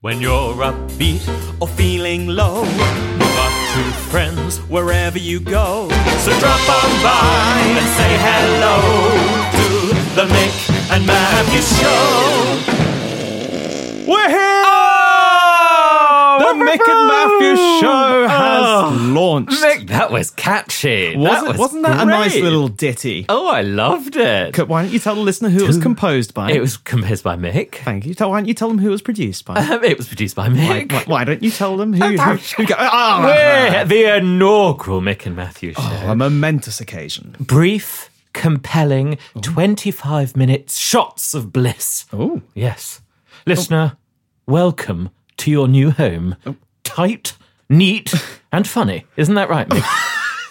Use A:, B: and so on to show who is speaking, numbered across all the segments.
A: When you're upbeat or feeling low, move up to friends wherever you go. So drop on by and say hello to the Mick and Matthew Show. Oh, We're here!
B: The Mick and Matthew show has launched.
A: Oh, Mick, that was catchy.
B: wasn't,
A: was
B: wasn't Oh. that a nice
A: great.
B: little ditty?
A: Oh, I loved it.
B: Why don't you tell the listener who it was composed by?
A: It was composed by Mick.
B: Thank you. Tell- Why don't you tell them who it was produced by?
A: Um, it was produced by Mick.
B: Why, why don't you tell them who? who, who go- Ah,
A: We're the inaugural Mick and Matthew show.
B: a momentous occasion.
A: Brief, compelling, 25 minute shots of bliss.
B: Oh,
A: Yes. Listener, welcome to your new home. Tight, neat, and funny. Isn't that right, Mick?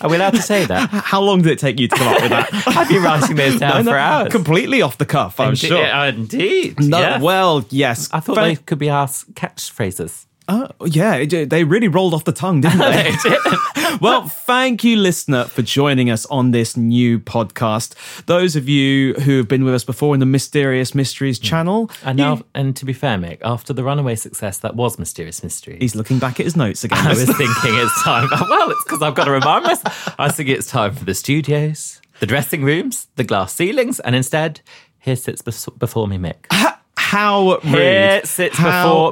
A: Are we allowed to say that?
B: how long did it take you to come up with that?
A: I've been writing this down for hours.
B: Completely off the cuff, I'm
A: Indeed-
B: sure.
A: yeah, Indeed.
B: No,
A: yeah.
B: Well, yes.
A: I thought
B: Very-
A: they could be our s- catchphrases.
B: Oh, yeah, it- they really rolled off the tongue, didn't they? Well, thank you, listener, for joining us on this new podcast. Those of you who have been with us before in the Mysterious Mysteries
A: Mm.
B: channel,
A: And now,
B: you-
A: and to be fair, Mick, after the runaway success that was Mysterious Mystery,
B: he's looking back at his notes again.
A: I was thinking it's time. Well, it's because I've got to remind myself. I was thinking it's time for the studios, the dressing rooms, the glass ceilings, and instead, here sits bes- before me Mick.
B: How rude!
A: Here sits
B: How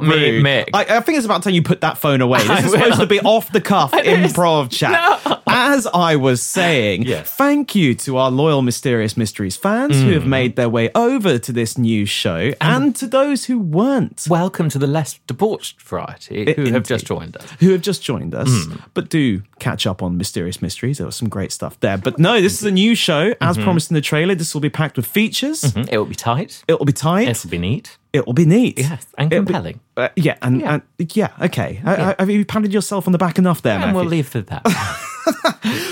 A: before me,
B: rude.
A: Mick.
B: I, I think it's about time you put that phone away.
A: I
B: This is
A: will.
B: supposed to be off the cuff
A: is.
B: improv chat. As I was saying,
A: Yes.
B: thank you to our loyal Mysterious Mysteries fans who
A: Mm.
B: have made their way over to this new show, and to those who weren't.
A: Welcome to the less debauched variety who have
B: Indeed.
A: just joined us.
B: who have just joined us,
A: Hmm.
B: but do catch up on Mysterious Mysteries. There was some great stuff there. But no, this is a new show. As
A: Mm-hmm.
B: promised in the trailer, this will be packed with features.
A: Mm, It will be tight.
B: It'll be tight.
A: This will be neat.
B: It'll be neat.
A: Yes, and
B: It'll be-
A: compelling.
B: uh, yeah, and
A: Yeah.
B: yeah. and yeah, okay. I- I- have you patted yourself on the back enough there,
A: And
B: Matthew?
A: we'll leave for that.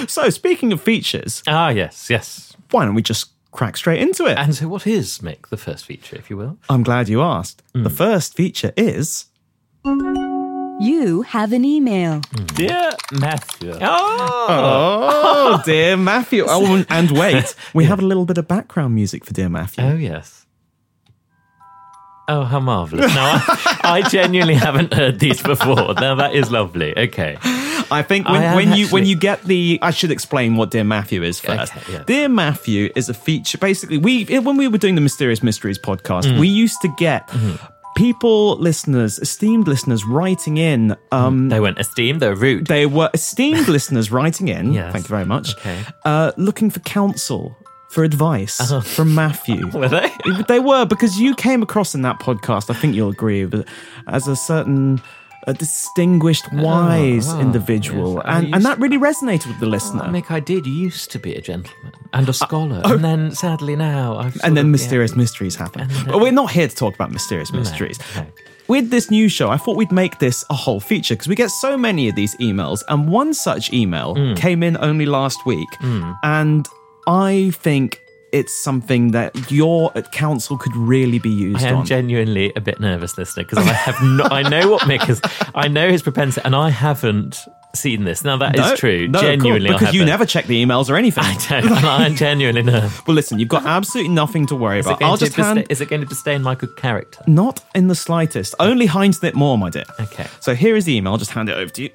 B: So, speaking of features,
A: ah, yes, yes.
B: why don't we just crack straight into it?
A: And so, what is Mick the first feature, if you will?
B: I'm glad you asked.
A: mm.
B: The first feature is
C: You have an email.
A: Dear Matthew. Oh,
B: oh, dear Matthew. Oh, and wait, we have a little bit of background music for dear Matthew.
A: Oh yes. Oh, how marvelous! Now, I, I genuinely haven't heard these before. Now that is lovely. Okay,
B: I think when,
A: I am
B: when you when
A: actually-
B: you get the I should explain what Dear Matthew is first.
A: Okay, yeah.
B: Dear Matthew is a feature. Basically, we when we were doing the Mysterious Mysteries podcast,
A: Mm.
B: we used to get.
A: Mm-hmm.
B: People, listeners, esteemed listeners, writing in. Um,
A: they went esteemed. They're rude.
B: they were esteemed listeners writing in.
A: Yes.
B: Thank you very much.
A: Okay. Uh-huh.
B: Uh, looking for counsel, for advice from Matthew.
A: Were they?
B: They were because you came across in that podcast. I think you'll agree, but as a certain a distinguished, wise individual,
A: Oh, yes. I
B: and and
A: used- Oh,
B: that really resonated with the listener.
A: Mick, I did used to be a gentleman and a scholar, and then sadly now I've. sort
B: and
A: of-
B: then mysterious mysteries happen. But we're not here to talk about mysterious mysteries.
A: uh, no.
B: With this new show, I thought we'd make this a whole feature because we get so many of these emails, and one such email
A: Mm.
B: came in only last week, and I think it's something that your council could really be used
A: Yeah. I am
B: on.
A: genuinely a bit nervous, listener, because I have not. I know what Mick is. I know his propensity, and I haven't seen this. Now that is
B: No,
A: true.
B: no, of course,
A: genuinely, I
B: because you
A: haven't.
B: never check the emails or anything.
A: I don't. and I'm genuinely nervous.
B: Well, listen, you've got absolutely nothing to worry
A: Is it
B: about.
A: going
B: I'll
A: to
B: just
A: disda-
B: hand.
A: Is it going to disdain my good character?
B: Not in the slightest. Only Heinz Knit more, my dear.
A: Okay.
B: So here is the email. I'll just hand it over to you.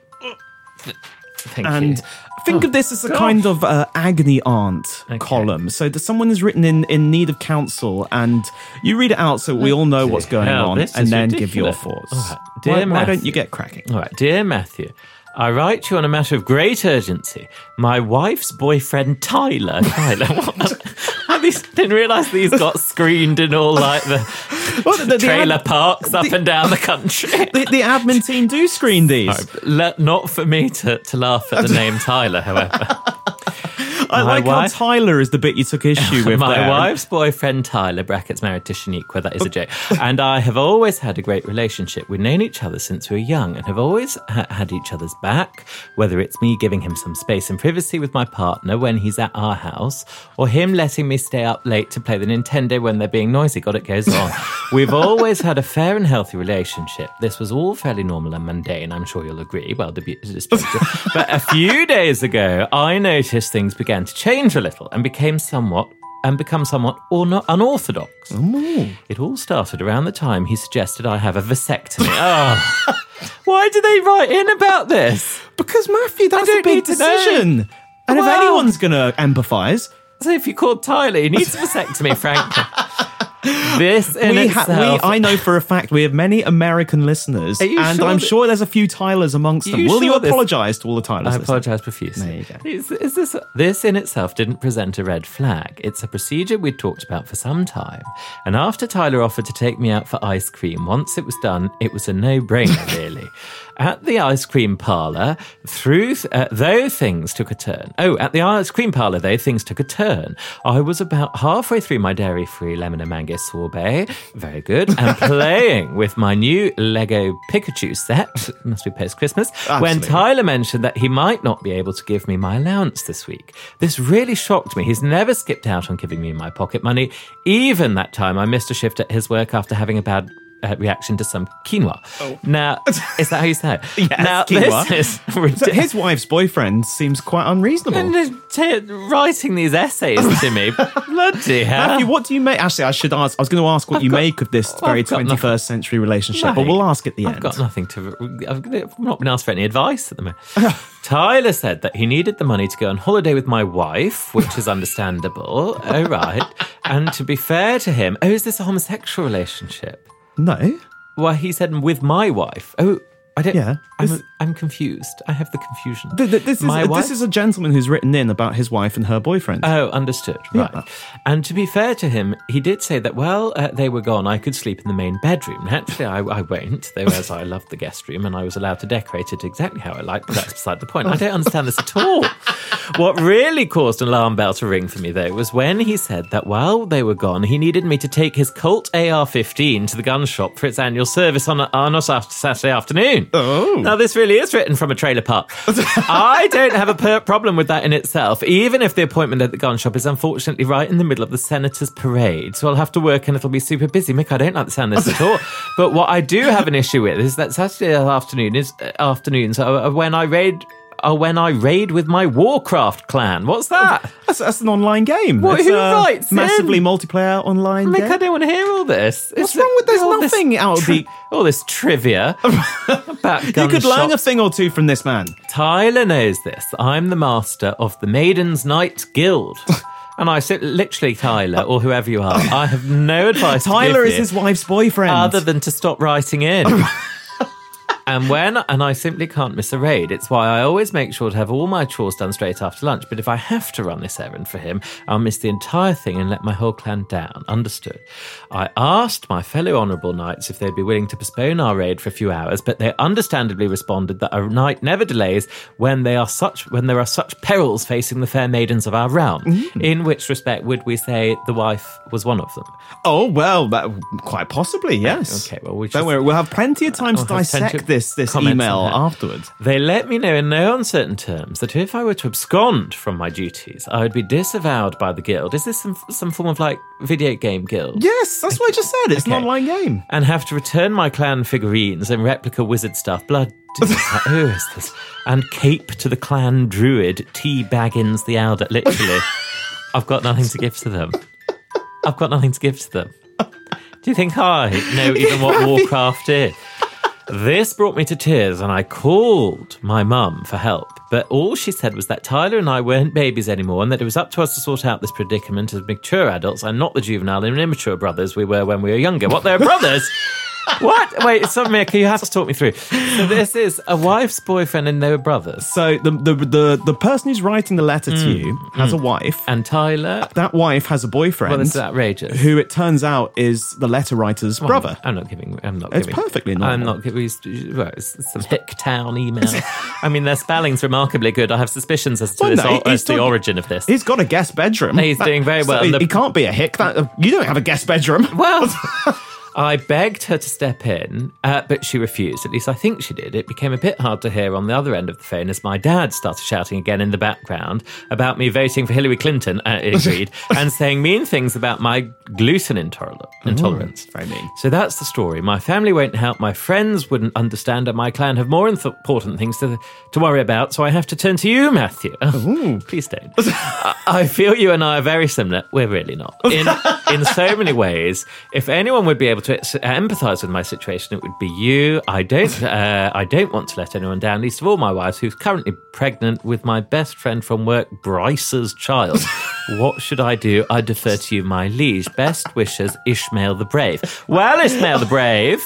A: Thank
B: And
A: you.
B: think of this as a kind of uh, agony aunt
A: Oh, Okay.
B: column. So that someone is written in, in need of counsel, and you read it out so we all know what's going
A: Hell,
B: on,
A: this
B: and
A: is
B: then give your
A: ridiculous.
B: thoughts.
A: All right. Dear
B: Why, why don't
A: Matthew.
B: you get cracking?
A: All right, dear Matthew, I write you on a matter of great urgency. My wife's boyfriend Tyler. Tyler, what? the- I these- didn't realise these got screened in all like the
B: Well, the, the- the
A: trailer
B: ad-
A: parks up and down the country.
B: the, the admin team do screen these.
A: Le- not for me to, to laugh at the name Tyler, however.
B: I like
A: wife-
B: how Tyler is the bit you took issue with.
A: My
B: there.
A: wife's boyfriend Tyler, brackets married to Shaniqua, that is a joke, and I have always had a great relationship. We've known each other since we were young and have always ha- had each other's back, whether it's me giving him some space and privacy with my partner when he's at our house, or him letting me stay up late to play the Nintendo when they're being noisy. God, it goes on. We've always had a fair and healthy relationship. This was all fairly normal and mundane, I'm sure you'll agree. Well, the be- but a few days ago, I noticed things began to change a little and became somewhat and become somewhat un- unorthodox. It all started around the time he suggested I have a vasectomy. oh, why do they write in about this?
B: Because Matthew, that's a
A: don't
B: big
A: need to know.
B: decision. And
A: Wow.
B: if anyone's going to empathise,
A: So if you called Tyler, he needs a vasectomy, Franklin. This in
B: we ha-
A: itself,
B: we, I know for a fact we have many American listeners,
A: you
B: and
A: sure
B: I'm
A: that-
B: sure there's a few Tylers amongst them.
A: you
B: Will you
A: sure this-
B: apologise to all the Tylers?
A: I
B: listening?
A: apologise profusely.
B: There you go.
A: Is, is this this in itself didn't present a red flag? It's a procedure we'd talked about for some time, and after Tyler offered to take me out for ice cream, once it was done, it was a no-brainer. really, at the ice cream parlour, through th- uh, though things took a turn. Oh, at the ice cream parlour, though things took a turn. I was about halfway through my dairy-free lemon and mango sorbet, very good, and playing with my new Lego Pikachu set. Must be post-Christmas when
B: Absolutely.
A: Tyler. Tyler mentioned that he might not be able to give me my allowance this week. This really shocked me. He's never skipped out on giving me my pocket money. Even that time I missed a shift at his work after having a bad uh, reaction to some quinoa. Now, is that how you say it?
B: Oh. Yes,
A: now,
B: quinoa.
A: this is
B: So
A: ridiculous.
B: his wife's boyfriend seems quite unreasonable.
A: writing these essays to me. Bloody hell.
B: Matthew, what do you make? Actually, I should ask. I was going to ask what you
A: got-
B: make of this
A: Well,
B: very
A: I've got
B: 21st
A: nothing.
B: century relationship, but
A: Right.
B: we'll ask at the
A: I've
B: end.
A: got nothing to. I've, I've not been asked for any advice at the moment. Tyler said that he needed the money to go on holiday with my wife, which is understandable. oh, right. And to be fair to him, oh, is this a homosexual relationship?
B: no.
A: Well, he said with my wife. Oh, I don't.
B: Yeah.
A: I'm,
B: This-
A: I'm confused. I have the confusion.
B: Th- th- this, is,
A: my wife?
B: this is a gentleman who's written in about his wife and her boyfriend.
A: Oh, understood. Right. And to be fair to him, he did say that while uh, they were gone, I could sleep in the main bedroom. Naturally, I, I won't, though, as I loved the guest room and I was allowed to decorate it exactly how I liked, but that's beside the point. I don't understand this at all. What really caused an alarm bell to ring for me, though, was when he said that while they were gone, he needed me to take his Colt AR 15 to the gun shop for its annual service on Arnos after Saturday afternoon.
B: Oh.
A: Now, this really is written from a trailer park. I don't have a per- problem with that in itself, even if the appointment at the gun shop is unfortunately right in the middle of the senator's parade. So I'll have to work and it'll be super busy. Mick, I don't like the sound of this at all. But what I do have an issue with is that Saturday afternoon is uh, afternoons are, are when I raid. Are when I raid with my Warcraft clan. What's that?
B: That's, that's an online game.
A: What-
B: It's
A: who
B: a
A: writes in?
B: Massively multiplayer online
A: Mick,
B: game.
A: I don't want to hear all this.
B: What's wrong with- there's
A: all this
B: nothing out of the-
A: all this trivia about
B: you
A: gun
B: could learn a
A: shops.
B: thing or two from this man.
A: Tyler knows this. I'm the master of the Maiden's Night Guild. And I said, literally, Tyler, or whoever you are, I have no advice. to give
B: Tyler is
A: you
B: his wife's boyfriend.
A: other than to stop writing in. and when and I simply can't miss a raid. It's why I always make sure to have all my chores done straight after lunch. But if I have to run this errand for him, I'll miss the entire thing and let my whole clan down. Understood. I asked my fellow honourable knights if they'd be willing to postpone our raid for a few hours, but they understandably responded that a knight never delays when they are such when there are such perils facing the fair maidens of our realm. In which respect would we say the wife was one of them?
B: oh well, that, quite possibly yes.
A: Okay, well, we
B: don't
A: just-
B: worry. We'll have plenty of time to
A: I'll have plenty
B: dissect
A: of
B: this this
A: comments
B: email
A: on that.
B: afterwards.
A: They let me know in no uncertain terms that if I were to abscond from my duties, I would be disavowed by the guild. Is this some, some form of like video game guild?
B: Yes, that's what I just said. It's
A: Okay.
B: an online game.
A: And have to return my clan figurines and replica wizard stuff, blood. Who is this? And cape to the clan druid T Baggins the Elder. Literally, I've got nothing to give to them. I've got nothing to give to them. Do you think I know even what Warcraft is? This brought me to tears, and I called my mum for help. But all she said was that Tyler and I weren't babies anymore, and that it was up to us to sort out this predicament as mature adults and not the juvenile and immature brothers we were when we were younger. What, they're brothers? what? Wait, so Mick, you have to talk me through. So this is a wife's boyfriend, and they were brothers.
B: So the the the, the person who's writing the letter
A: Hmm,
B: to you has a wife.
A: And Tyler,
B: that wife has a boyfriend
A: Uh, well, uh, this is outrageous.
B: who it turns out is the letter writer's brother.
A: I'm not giving. I'm not.
B: It's
A: giving,
B: perfectly
A: I'm
B: normal.
A: not giving. Well, it's some Hicktown email. I mean, their spelling's remarkably good. I have suspicions as to
B: Well,
A: this,
B: no,
A: as
B: he's
A: to the
B: talking-
A: origin of this.
B: He's got a guest bedroom.
A: He's doing very well.
B: So he,
A: The-
B: uh, he can't be a hick. That you don't have a guest bedroom.
A: Well, I begged her to step in, uh, but she refused. At least I think she did. It became a bit hard to hear on the other end of the phone as my dad started shouting again in the background about me voting for Hillary Clinton, uh, agreed, and saying mean things about my gluten intoler- intolerance.
B: Mm, Very mean.
A: So that's the story. My family won't help, my friends wouldn't understand, and my clan have more inth- important things to, to worry about, so I have to turn to you, Matthew. Please don't. I, I feel you and I are very similar. We're really not. In, in so many ways, if anyone would be able to uh, s- empathise with my situation, it would be you. I don't, uh, I don't want to let anyone down, least of all my wife, who's currently pregnant with my best friend from work, Bryce's child. what should I do? I defer to you, my liege. Best wishes, Ishmael the Brave. Well, Ishmael the Brave.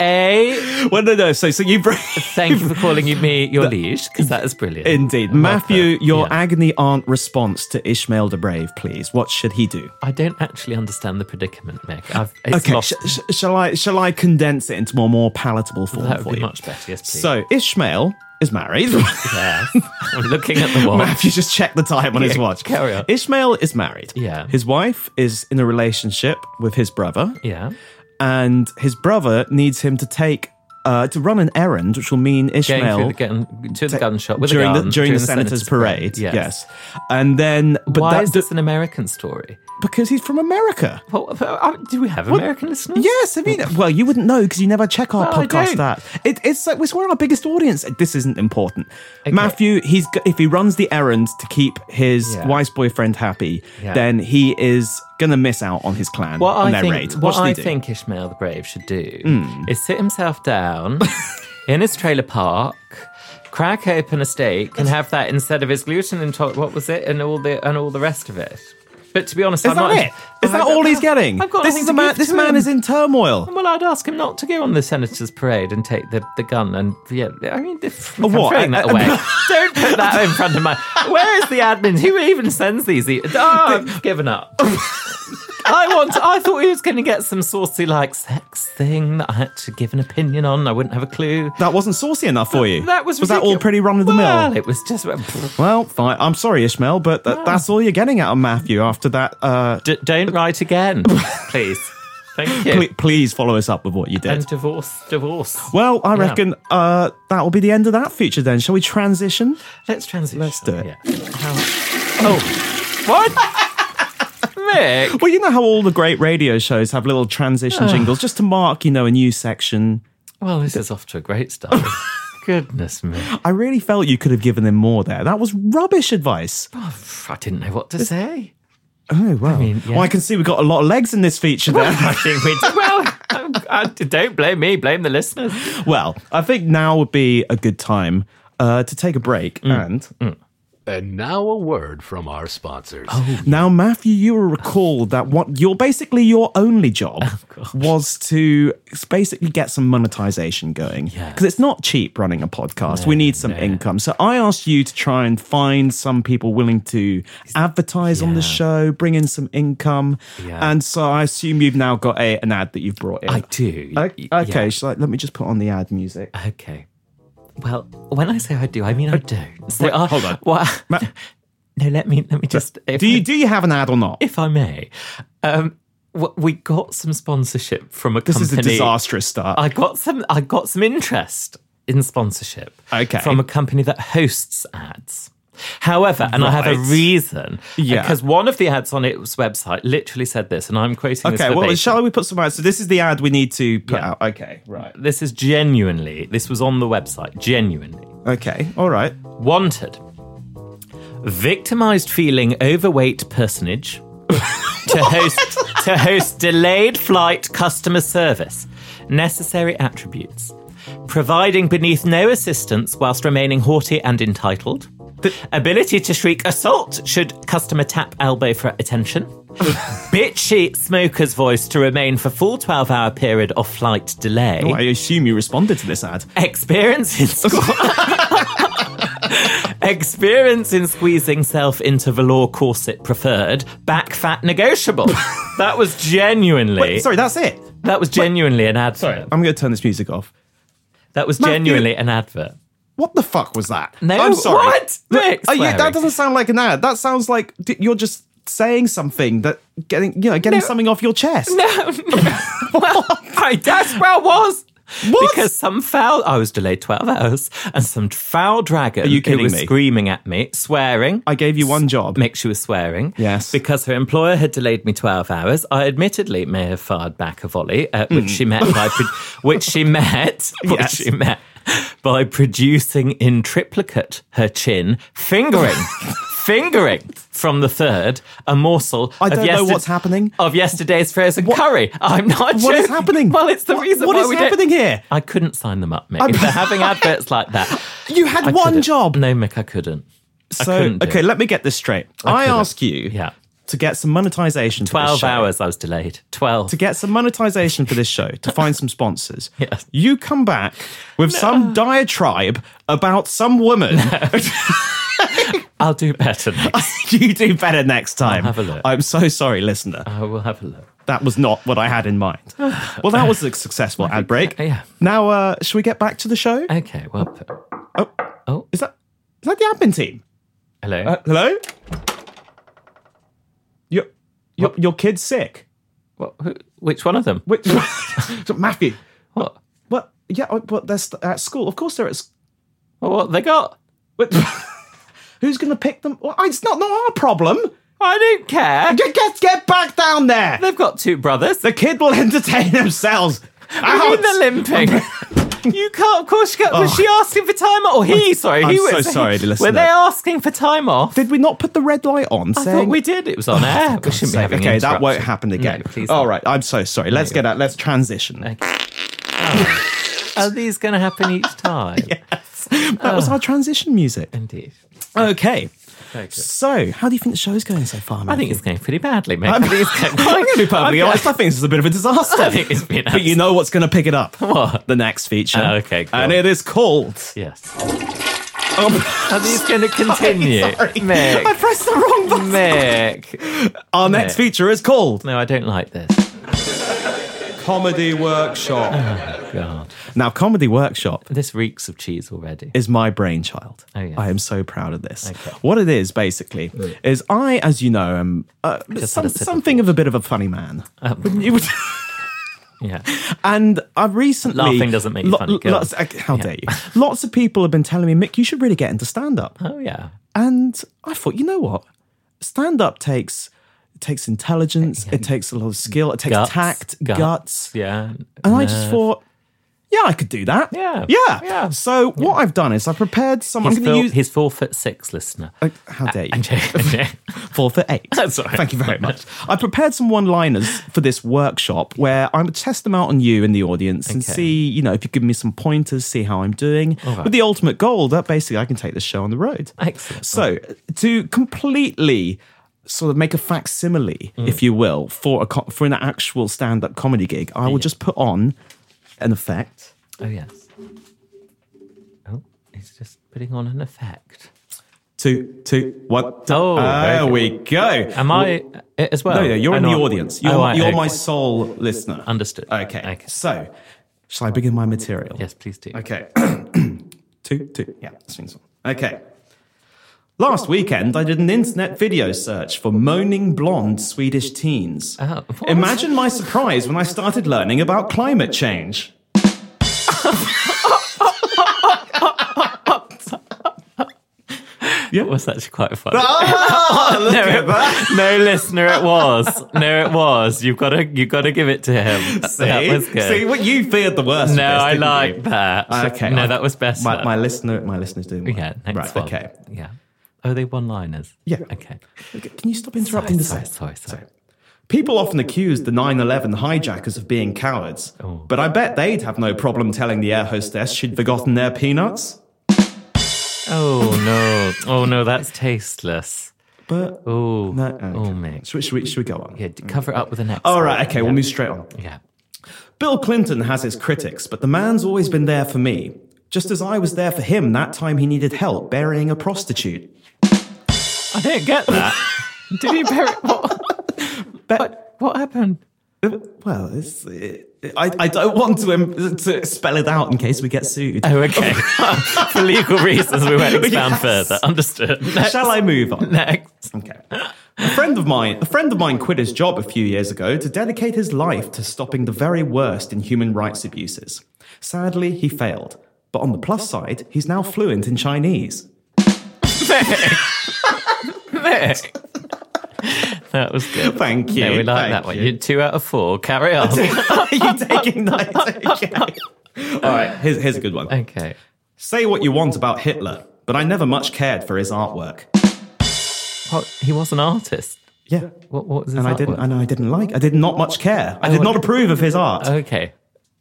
A: A,
B: Well, no, no. So, so you bring.
A: thank you for calling you me your liege, because that is brilliant.
B: Indeed. Matthew, your
A: yeah.
B: agony aunt response to Ishmael the Brave, please. What should he do?
A: I don't actually understand the predicament, Mick. I've, it's
B: Okay,
A: lost.
B: sh- sh- shall I shall I condense it into a more palatable form
A: that
B: for
A: would be
B: you?
A: much better. Yes, please.
B: So Ishmael is married.
A: Yes. I'm looking at the wall.
B: Matthew just checked the time on his watch.
A: carry on.
B: Ishmael is married.
A: Yeah.
B: His wife is in a relationship with his brother,
A: Yeah.
B: and his brother needs him to take uh, to run an errand, which will mean
A: Going
B: Ishmael
A: through the gun, to the gun shop with a
B: during the
A: gun,
B: during, the, senator's, parade.
A: Yes.
B: Yes. and then but
A: Why
B: that,
A: is this an American story?
B: because he's from America.
A: Well, uh, do we have American listeners?
B: Yes, I mean, well, you wouldn't know because you never check our
A: Well, I
B: podcast.
A: don't.
B: That it, it's like we're one of our biggest audience. This isn't important. Matthew, he's g- if he runs the errand to keep his
A: Yeah.
B: wife's boyfriend happy,
A: Yeah.
B: then he is gonna miss out on his clan
A: What
B: on
A: I
B: their
A: think,
B: raid.
A: what
B: should he
A: I
B: do? Hmm.
A: think Ishmael the Brave should do is sit himself down in his trailer park, crack open a steak, and have that instead of his gluten intolerant. What was it? And all the and all the rest of it. But to be honest,
B: Is
A: I'm
B: that
A: not.
B: it? Is that all he's getting?
A: I've got
B: this
A: nothing
B: is
A: to
B: a man.
A: give
B: This
A: to
B: man
A: him.
B: is in turmoil.
A: Well, I'd ask him not to go on the senator's parade and take the, the gun and yeah. I mean, if, I'm
B: what?
A: throwing that
B: A- a-
A: away. Don't put that in front of my. Where is the admin? Who even sends these? e- Oh, I've given up. I want. I thought he was going to get some saucy like sex thing that I had to give an opinion on. I wouldn't have a clue.
B: That wasn't saucy enough for you.
A: That was
B: was that all
A: ridiculous.
B: pretty run of the
A: Well,
B: mill.
A: it was just.
B: Well, fine. I'm sorry, Ishmael, but that, that's all you're getting out of Matthew after that. Uh,
A: D- don't write again, please. Thank you.
B: pl- please follow us up with what you did.
A: And divorce, divorce.
B: Well, I
A: Yeah.
B: reckon uh, that will be the end of that feature then. Shall we transition?
A: Let's transition.
B: Let's do it.
A: Yeah. How- Oh, what? Mick.
B: Well, you know how all the great radio shows have little
A: Ah.
B: transition jingles just to mark, you know, a new section.
A: Well, this is off to a great start. Goodness me.
B: I really felt you could have given them more there. That was rubbish advice.
A: Oh, I didn't know what to say.
B: Oh, wow.
A: mean, yeah.
B: Well, I can see we've got a lot of legs in this feature then.
A: I think we did. Well, I, I- don't blame me, blame the listeners.
B: well, I think now would be a good time uh, to take a break.
A: Mm.
B: And
D: And now a word from our sponsors.
B: now, Matthew, you will recall that what your basically your only job
A: Oh,
B: was to basically get some monetization going. Because it's not cheap running a podcast. we need some income. So I asked you to try and find some people willing to advertise on the show, bring in some income.
A: Yeah.
B: And so I assume you've now got a, an ad that you've brought in.
A: I do.
B: O-
A: y-
B: Okay, shall I, let me just put on the ad music.
A: yeah. Okay. Well, when I say I do, I mean I don't. So I-
B: hold on.
A: What,
B: Ma-
A: no, let me let me just. if-
B: Do you do you have an ad or not?
A: if I may, um, w- we got some sponsorship from a
B: This
A: company.
B: is a disastrous start.
A: I got some. I got some interest in sponsorship.
B: Okay.
A: From a company that hosts ads. However, and I have a
B: Right.
A: reason.
B: Yeah.
A: Because one of the ads on its website literally said this, and I'm quoting this.
B: Okay, well,
A: verbatim.
B: shall we put some ad? So this is the ad we need to put
A: Yeah.
B: out. Okay, right.
A: This is genuinely. This was on the website. Genuinely.
B: Okay, all right.
A: Wanted. Victimized feeling overweight personage to host to host delayed flight customer service. Necessary attributes. Providing beneath no assistance whilst remaining haughty and entitled. Ability to shriek assault should customer tap elbow for attention. Bitchy smoker's voice to remain for full 12 hour period of flight delay.
B: Well, Oh, I assume you responded to this ad.
A: Experience in squ- Experience in squeezing self into velour corset preferred. Back fat negotiable. that was genuinely.
B: Sorry, that's it.
A: that was genuinely an advert. Sorry.
B: I'm going to turn this music off.
A: That was
B: Matthew-
A: genuinely an advert.
B: What the fuck was that?
A: No,
B: I'm sorry.
A: what?
B: Th-
A: Nick
B: are you-
A: swearing.
B: that doesn't sound like an ad. That sounds like d- you're just saying something that getting you know getting something off your chest.
A: well, I that's where I was.
B: What?
A: Because some foul, I was delayed 12 hours, and some foul dragon
B: Are you kidding
A: who was
B: me?
A: screaming at me, swearing.
B: I gave you one job.
A: Make she was swearing.
B: Yes.
A: Because her employer had delayed me 12 hours. I admittedly may have fired back a volley, uh, which she met by, pro- which she met, which
B: Mm. Yes.
A: she met by producing in triplicate her chin, fingering, fingering from the third a morsel
B: I
A: of
B: don't know
A: yester-
B: what's happening.
A: Of yesterday's frozen curry. I'm not
B: What is
A: joking.
B: happening?
A: Well, it's the
B: What-
A: reason
B: what
A: why
B: is
A: we
B: happening
A: don't-
B: here?
A: I couldn't sign them up, Mick. If they're having adverts like that.
B: You had
A: I
B: one
A: couldn't.
B: job.
A: No, Mick, I couldn't. I
B: So
A: couldn't do
B: okay,
A: it.
B: let me get this straight. I,
A: could've-
B: ask you
A: Yeah.
B: to get some monetization. for this
A: 12
B: show.
A: hours I was delayed. 12.
B: to get some monetization for this show, to find some sponsors.
A: Yes.
B: You come back with some diatribe about some woman.
A: I'll do better next.
B: you do better next time.
A: have a look.
B: I'm so sorry, listener.
A: I will have a look.
B: That was not what I had in mind. Well, that was a successful ad break.
A: yeah.
B: Now, uh, should we get back to the show?
A: Okay, well put.
B: Oh,
A: Oh,
B: is that is that the admin team?
A: hello.
B: Uh, hello. Your your your kid's sick.
A: what, who, which one of them?
B: Wait, Matthew.
A: What?
B: What? Yeah, oh, but they're st- at school. Of course, they're at. School.
A: Well, what they got?
B: But who's going to pick them? Well, it's not not our problem.
A: I don't care.
B: Get, get get back down there.
A: They've got two brothers.
B: The kid will entertain themselves.
A: I mean,
B: Out.
A: they're limping. you can't. Of course, she got, was she asking for time off? Or he? sorry, he
B: Oh. I'm so
A: was.
B: sorry, listener.
A: Were they asking for time off?
B: Did we not put the red light on?
A: I
B: saying Oh,
A: thought we did. It was on air. We shouldn't be having
B: okay, that won't
A: interruption.
B: happen again.
A: No, please
B: All
A: don't.
B: right, I'm so sorry. Let's get out. Let's transition.
A: Oh. Are these going to happen each time?
B: That was our transition music.
A: Indeed.
B: Okay.
A: Oh. Very good.
B: So, how do you think the show's going so far,
A: I
B: man?
A: think it's going pretty badly, mate. I think it's going
B: I'm going to be perfectly
A: I'm-
B: honest. I think this is a bit of a disaster.
A: I think it's been
B: but you know what's going to pick it up? What? The next feature.
A: Oh, okay, cool.
B: And it is called.
A: Yes. Oh, Are these going to continue?
B: Sorry.
A: Mick.
B: I pressed the wrong button.
A: Mick.
B: Our next feature is called
A: No, I don't like this.
B: Comedy Workshop.
A: God.
B: now, Comedy Workshop
A: This reeks of cheese already.
B: is my brainchild.
A: Oh, yes. Mm.
B: I am so proud of this. What it is, basically, is I, as you know, am uh, some,
A: had a sip of
B: something of a bit of a funny man. Wouldn't you-
A: Um, Yeah.
B: And I've recently
A: Laughing doesn't make you
B: Lo-
A: funny, go
B: lots-
A: on.
B: how dare you? Lots of people have been telling me, Mick, you should really get into stand up.
A: Oh, yeah.
B: And I thought, you know what? Stand up takes it takes intelligence, it takes a lot of skill, it takes
A: Guts,
B: tact, guts.
A: guts. Yeah.
B: And I just thought, yeah, I could do that.
A: Yeah,
B: Yeah.
A: yeah.
B: So what I've done is I prepared some.
A: He's,
B: I'm
A: four,
B: going to use.
A: he's four foot six, listener.
B: Uh, how dare you?
A: I'm joking.
B: Four for eight.
A: That's all right.
B: Thank you very much. I prepared some one liners for this workshop where I'm test them out on you in the audience and
A: Okay.
B: see, you know, if you give me some pointers, see how I'm doing. With the ultimate goal that basically I can take this show on the road.
A: Excellent.
B: So to completely sort of make a facsimile, if you will, for a co- for an actual stand-up comedy gig, I will just put on an effect.
A: Oh, yes. Oh, he's just putting on an effect.
B: Two, two, one.
A: Oh, very
B: there
A: good.
B: we go.
A: Am I uh, as well?
B: No, no, you're
A: I
B: in the
A: know I'm-
B: audience. You're,
A: Oh, right,
B: you're
A: okay.
B: my sole listener.
A: Understood.
B: Okay.
A: Okay.
B: So, shall I begin my material?
A: Yes, please do.
B: Okay. two, two. Yeah, swings on. Okay. Last weekend, I did an internet video search for moaning blonde Swedish teens.
A: Oh, what?
B: Imagine my surprise when I started learning about climate change.
A: It was actually quite fun.
B: Ah,
A: no, it- no, listener, it was. No, it was. You've got to, you've got to give it to him. That- that was good.
B: See, what you feared the worst. of
A: no,
B: this,
A: I
B: didn't
A: like
B: you?
A: that.
B: Ah, Okay,
A: no,
B: I-
A: that was better.
B: My, my listener, my listener's doing well.
A: yeah, next
B: right.
A: one.
B: Okay.
A: Yeah. Oh, they one-liners.
B: Yeah.
A: Okay.
B: Can you stop interrupting the
A: Sorry,
B: sentence?
A: sorry, sorry.
B: People often accuse the 9 11 hijackers of being cowards,
A: Oh.
B: but I bet they'd have no problem telling the air hostess she'd forgotten their peanuts.
A: Oh no. Oh no, that's tasteless.
B: But.
A: Oh.
B: No, uh,
A: Oh, Mick.
B: Should, we- should, we, should we go on?
A: Yeah, d- cover it up with an X.
B: All right, okay, we'll move straight on.
A: Yeah.
B: Bill Clinton has his critics, but the man's always been there for me, just as I was there for him that time he needed help burying a prostitute.
A: I don't get that. Did he bury? What,
B: But,
A: what happened?
B: well, it's, I, I don't want to, um, to spell it out in case we get sued.
A: Oh, okay. For legal reasons, we won't expound
B: Yes.
A: Uh, further. Understood.
B: Shall I move on?
A: Next.
B: Okay. A friend of mine, a friend of mine quit his job a few years ago to dedicate his life to stopping the very worst in human rights abuses. Sadly, he failed. But on the plus side, he's now fluent in Chinese.
A: Nick. That was good.
B: Thank you.
A: No, we like
B: thank
A: that one.
B: you.
A: You. are two out of four. Carry on.
B: Are you taking that? Okay. All right, here's, here's a good one.
A: okay.
B: Say what you want about Hitler, but I never much cared for his artwork.
A: What, he was an artist.
B: Yeah.
A: What, what was his
B: And I didn't,
A: artwork? Oh,
B: and I didn't like. I did not much care. I did not approve of his art.
A: Okay.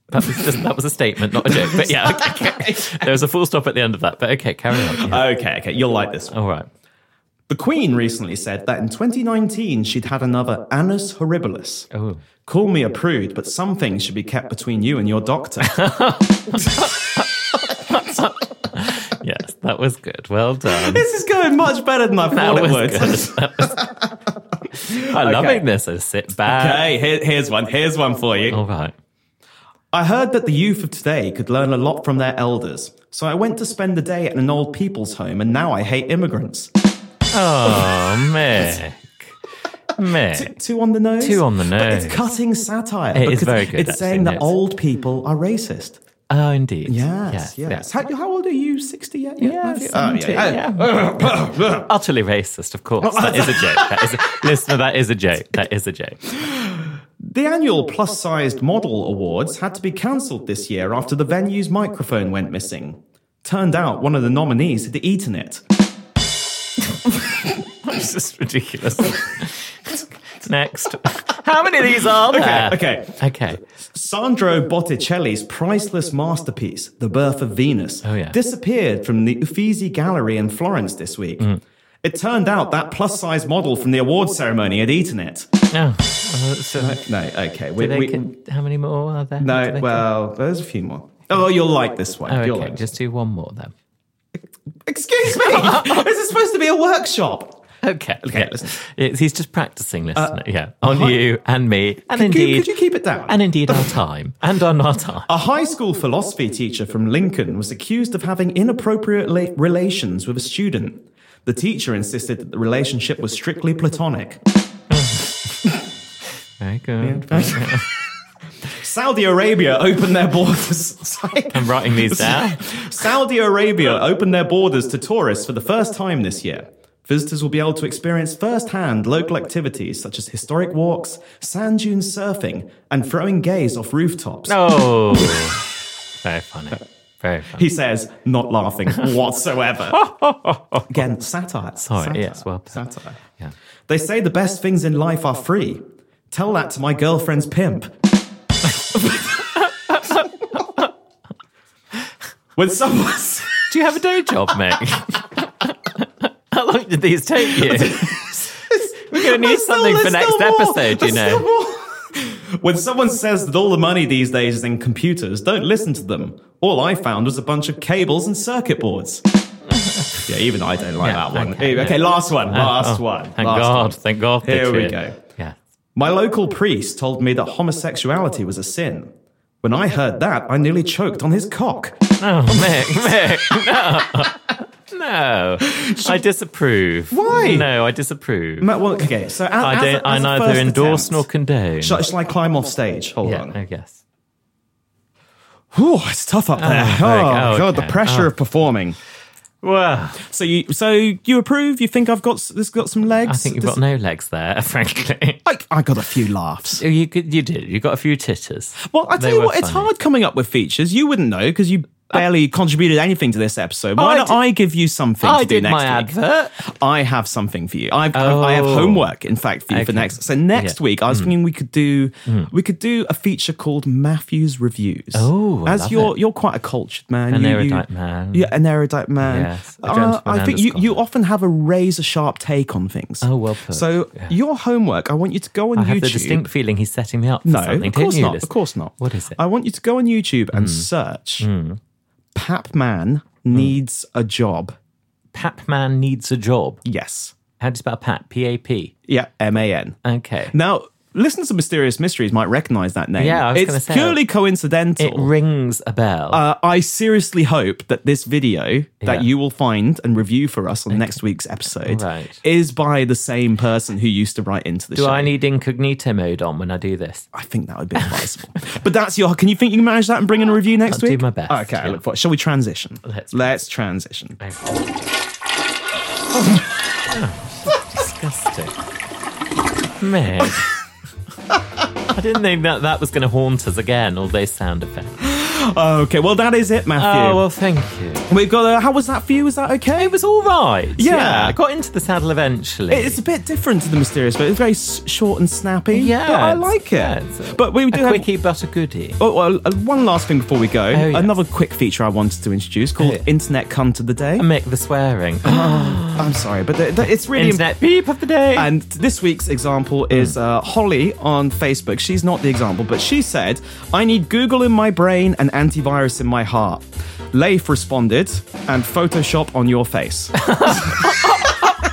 A: That was, just, that was a statement, not a joke. But yeah, okay, okay. there was a full stop at the end of that. But okay, carry on. Yeah.
B: Okay, okay, you'll like this one.
A: All right.
B: The Queen recently said that in 2019 she'd had another annus horribilis.
A: Oh.
B: Call me a prude, but some things should be kept between you and your doctor.
A: Yes, that was good. Well done.
B: this is going much better than I
A: That
B: thought
A: was
B: it would.
A: good. That was- I'm loving this. So sit back.
B: Okay, here- here's one. Here's one for you.
A: All right.
B: I heard that the youth of today could learn a lot from their elders, so I went to spend the day at an old people's home, and now I hate immigrants.
A: Oh, Mick. Mick.
B: Two on the nose.
A: Two on the
B: But it's
A: nose.
B: cutting satire.
A: It is
B: because
A: very good,
B: It's
A: actually,
B: saying that
A: yes.
B: old people are racist.
A: Oh, indeed.
B: Yes, yes. How, how old are you? Sixty yet? Yeah, oh, yeah, yeah.
A: Utterly racist, of course. That is a joke. That is a, listener, that is a joke. That is a joke.
B: The annual Plus Sized Model Awards had to be cancelled this year after the venue's microphone went missing. Turned out one of the nominees had eaten it.
A: It's just ridiculous. Next. How many of these are there?
B: Okay.
A: Okay.
B: Sandro Botticelli's priceless masterpiece, The Birth of Venus,
A: Oh, yeah.
B: disappeared from the Uffizi Gallery in Florence this week.
A: Mm.
B: It turned out that plus sized model from the award ceremony had eaten it.
A: No. Uh, so
B: No, okay. We,
A: do they
B: we-
A: con- how many more are there? Do
B: no,
A: they
B: well, there's a few more. Oh, you'll like this one.
A: con- Oh,
B: You'll
A: okay.
B: like
A: Just do one more then.
B: Excuse me! this is supposed to be a workshop.
A: Okay.
B: Okay,
A: yeah.
B: listen. Uh,
A: It's- he's just practicing, listener. yeah. On you and me. And
B: Could you-
A: indeed.
B: could you keep it down?
A: And indeed our time. And on our time.
B: A high school philosophy teacher from Lincoln was accused of having inappropriate la- relations with a student. The teacher insisted that the relationship was strictly platonic.
A: Very good.
B: Saudi Arabia opened their borders. Sorry.
A: I'm writing these down.
B: Saudi Arabia opened their borders to tourists for the first time this year. Visitors will be able to experience firsthand local activities such as historic walks, sand dune surfing, and throwing gays off rooftops.
A: Oh. Very funny. Very funny.
B: He says, not laughing whatsoever. Again, satire.
A: Sorry,
B: satire,
A: yes, well put.
B: satire.
A: Yeah.
B: They say the best things in life are free. Tell that to my girlfriend's pimp. when someone
A: Do you have a day job, mate? How long did these take you? We're going to need
B: There's still-
A: something for
B: there's
A: next
B: still more.
A: episode, you
B: There's
A: know.
B: still more. when someone says that all the money these days is in computers, don't listen to them. All I found was a bunch of cables and circuit boards. yeah, even I don't like
A: Yeah,
B: that one.
A: okay,
B: Okay,
A: yeah.
B: last one. Last
A: Oh,
B: one.
A: Thank
B: last
A: God.
B: one.
A: Thank God.
B: Here we
A: Richard.
B: go.
A: Yeah.
B: My local priest told me that homosexuality was a sin. When I heard that, I nearly choked on his cock.
A: Oh, Mick, Mick, no. No. I disapprove.
B: Why?
A: No, I disapprove.
B: Ma- Well, okay, so as,
A: I
B: as
A: don't.
B: a-
A: I
B: as a
A: neither
B: first
A: endorse
B: attempt-
A: nor condone.
B: Shall, shall I climb off stage? Hold
A: yeah,
B: on.
A: I guess.
B: Whew, it's tough up there. Oh,
A: very- oh,
B: God,
A: okay.
B: the pressure of performing.
A: Well,
B: So you, so you approve? You think I've got s- this got some legs?
A: I think you've got no legs there, frankly.
B: I, I got a few laughs.
A: You could, you did. You got a few titters.
B: Well, I
A: They
B: tell you
A: were
B: what, it's
A: funny.
B: hard coming up with features. You wouldn't know because you barely contributed anything to this episode. Why
A: I
B: don't
A: did-
B: I give you something
A: I
B: to do
A: did
B: next
A: my
B: week?
A: advert.
B: I have something for you. I've, I've- I have
A: Oh.
B: homework, in fact, for you for
A: Okay.
B: next. So next
A: Yeah. Hmm.
B: week, I was thinking we could do we could do a feature called Matthew's reviews.
A: Oh, I
B: as
A: love
B: you're
A: it.
B: you're quite a cultured man,
A: An
B: you- you-
A: erudite man.
B: Yeah, an erudite man. Uh,
A: Yes, a gentleman
B: I
A: and
B: think
A: a
B: you, you
A: scholar.
B: often have a razor sharp take on things.
A: Oh, well put.
B: So
A: Yeah.
B: your homework, I want you to go on
A: I
B: YouTube.
A: have the distinct feeling he's setting me up for
B: no,
A: something.
B: of course
A: Don't you,
B: not.
A: Liz?
B: Of course not.
A: What is it? Hmm.
B: I want you to go on YouTube and search. Pap man needs a job.
A: Pap man needs a job.
B: Yes.
A: How do you spell pap? P A P.
B: Yeah. M A N.
A: Okay.
B: Now, listeners of Mysterious Mysteries might recognize that name.
A: Yeah, I was
B: it's
A: gonna say.
B: purely
A: It
B: coincidental.
A: rings a bell.
B: uh, I seriously hope that this video
A: Yeah.
B: that you will find and review for us on next week's episode
A: Right.
B: is by the same person who used to write into the
A: Do
B: show.
A: I need incognito mode on when I do this?
B: I think that would be advisable. but that's your. Can you think you can manage that and bring in a review next
A: I'll do
B: week?
A: my best,
B: Okay, I
A: yeah.
B: look forward. Shall we transition?
A: Let's-
B: Let's transition.
A: Disgusting. Meg. I didn't think that that was going to haunt us again, all those sound effects.
B: Okay, well that is it, Matthew.
A: Oh, well, thank you.
B: We've got. A, how was that for you? Was that okay?
A: It was all right.
B: Yeah.
A: I got into the saddle eventually.
B: It's a bit different to the mysterious, but it's very s- short and snappy.
A: Yeah,
B: but I
A: it's-
B: like it.
A: yeah, it's a-
B: but we do
A: a
B: have.
A: quickie but a goodie.
B: Oh, well, uh, one last thing before we go.
A: yes.
B: Another quick feature I wanted to introduce called
A: Yeah. Um,
B: Internet Cunt of the Day.
A: Make the swearing.
B: I'm sorry, but th- th- it's really
A: Internet beep of the day.
B: And this week's example is uh, Holly on Facebook. She's not the example, but she said, I need Google in my brain and antivirus in my heart. Leif responded, and Photoshop on your face.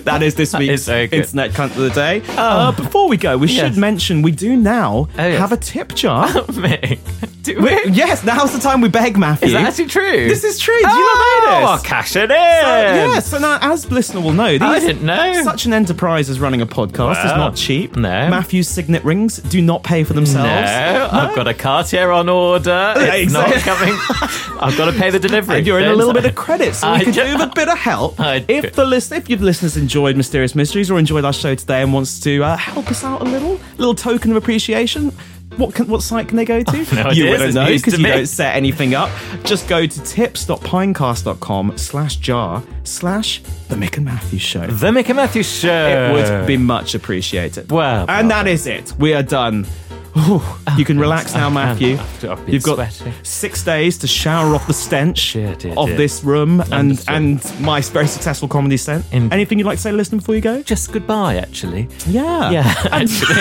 B: that is this week's
A: is very good. Oh.
B: Internet Cunt of the Day. Uh, before we go, we
A: Yes.
B: should mention we do now
A: Oh, yes.
B: have a tip jar.
A: Meg, do
B: We-
A: it.
B: yes, now's the time we beg, Matthew.
A: Is that actually true?
B: This is true. Did
A: oh,
B: you not know this?
A: I'll cash it in.
B: Yes, and uh, as listener will know, these,
A: I didn't know.
B: Such an enterprise as running a podcast is
A: Wow.
B: not cheap.
A: No.
B: Matthew's signet rings do not pay for
A: No,
B: themselves.
A: I've got a Cartier on order. It's
B: exactly.
A: not coming. I've got to pay the delivery.
B: And you're in a
A: don't
B: little
A: I?
B: bit of credit, so
A: I
B: we could
A: ju-
B: do with a bit of help.
A: I do.
B: If the list, if your listeners enjoyed Mysterious Mysteries or enjoyed our show today and wants to uh, help us out a little, little token of appreciation. What, can, what site can they go to?
A: no
B: you
A: idea. This
B: wouldn't
A: is
B: know
A: news to
B: because you
A: me.
B: don't set anything up. Just go to tips.pinecast.com slash jar slash the Mick and Matthew show.
A: The Mickey Matthews Show.
B: it would be much appreciated.
A: Well,
B: and that is it. We are done. Whew. you can relax now, Matthew.
A: Uh, I've been
B: You've got
A: sweating.
B: six days to shower off the stench
A: Dear, dear,
B: of
A: dear.
B: this room and
A: Understood.
B: and my very successful comedy set.
A: Indeed.
B: Anything you'd like to say, to listener, before you go?
A: just goodbye, actually.
B: Yeah.
A: Yeah, actually.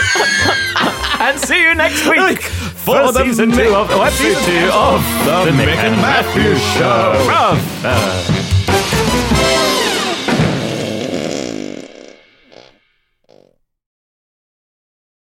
A: and see you next week for,
B: for the
A: season two
B: Mick-
A: of oh, episode two of the, Mick and Matthew Show. Bruv.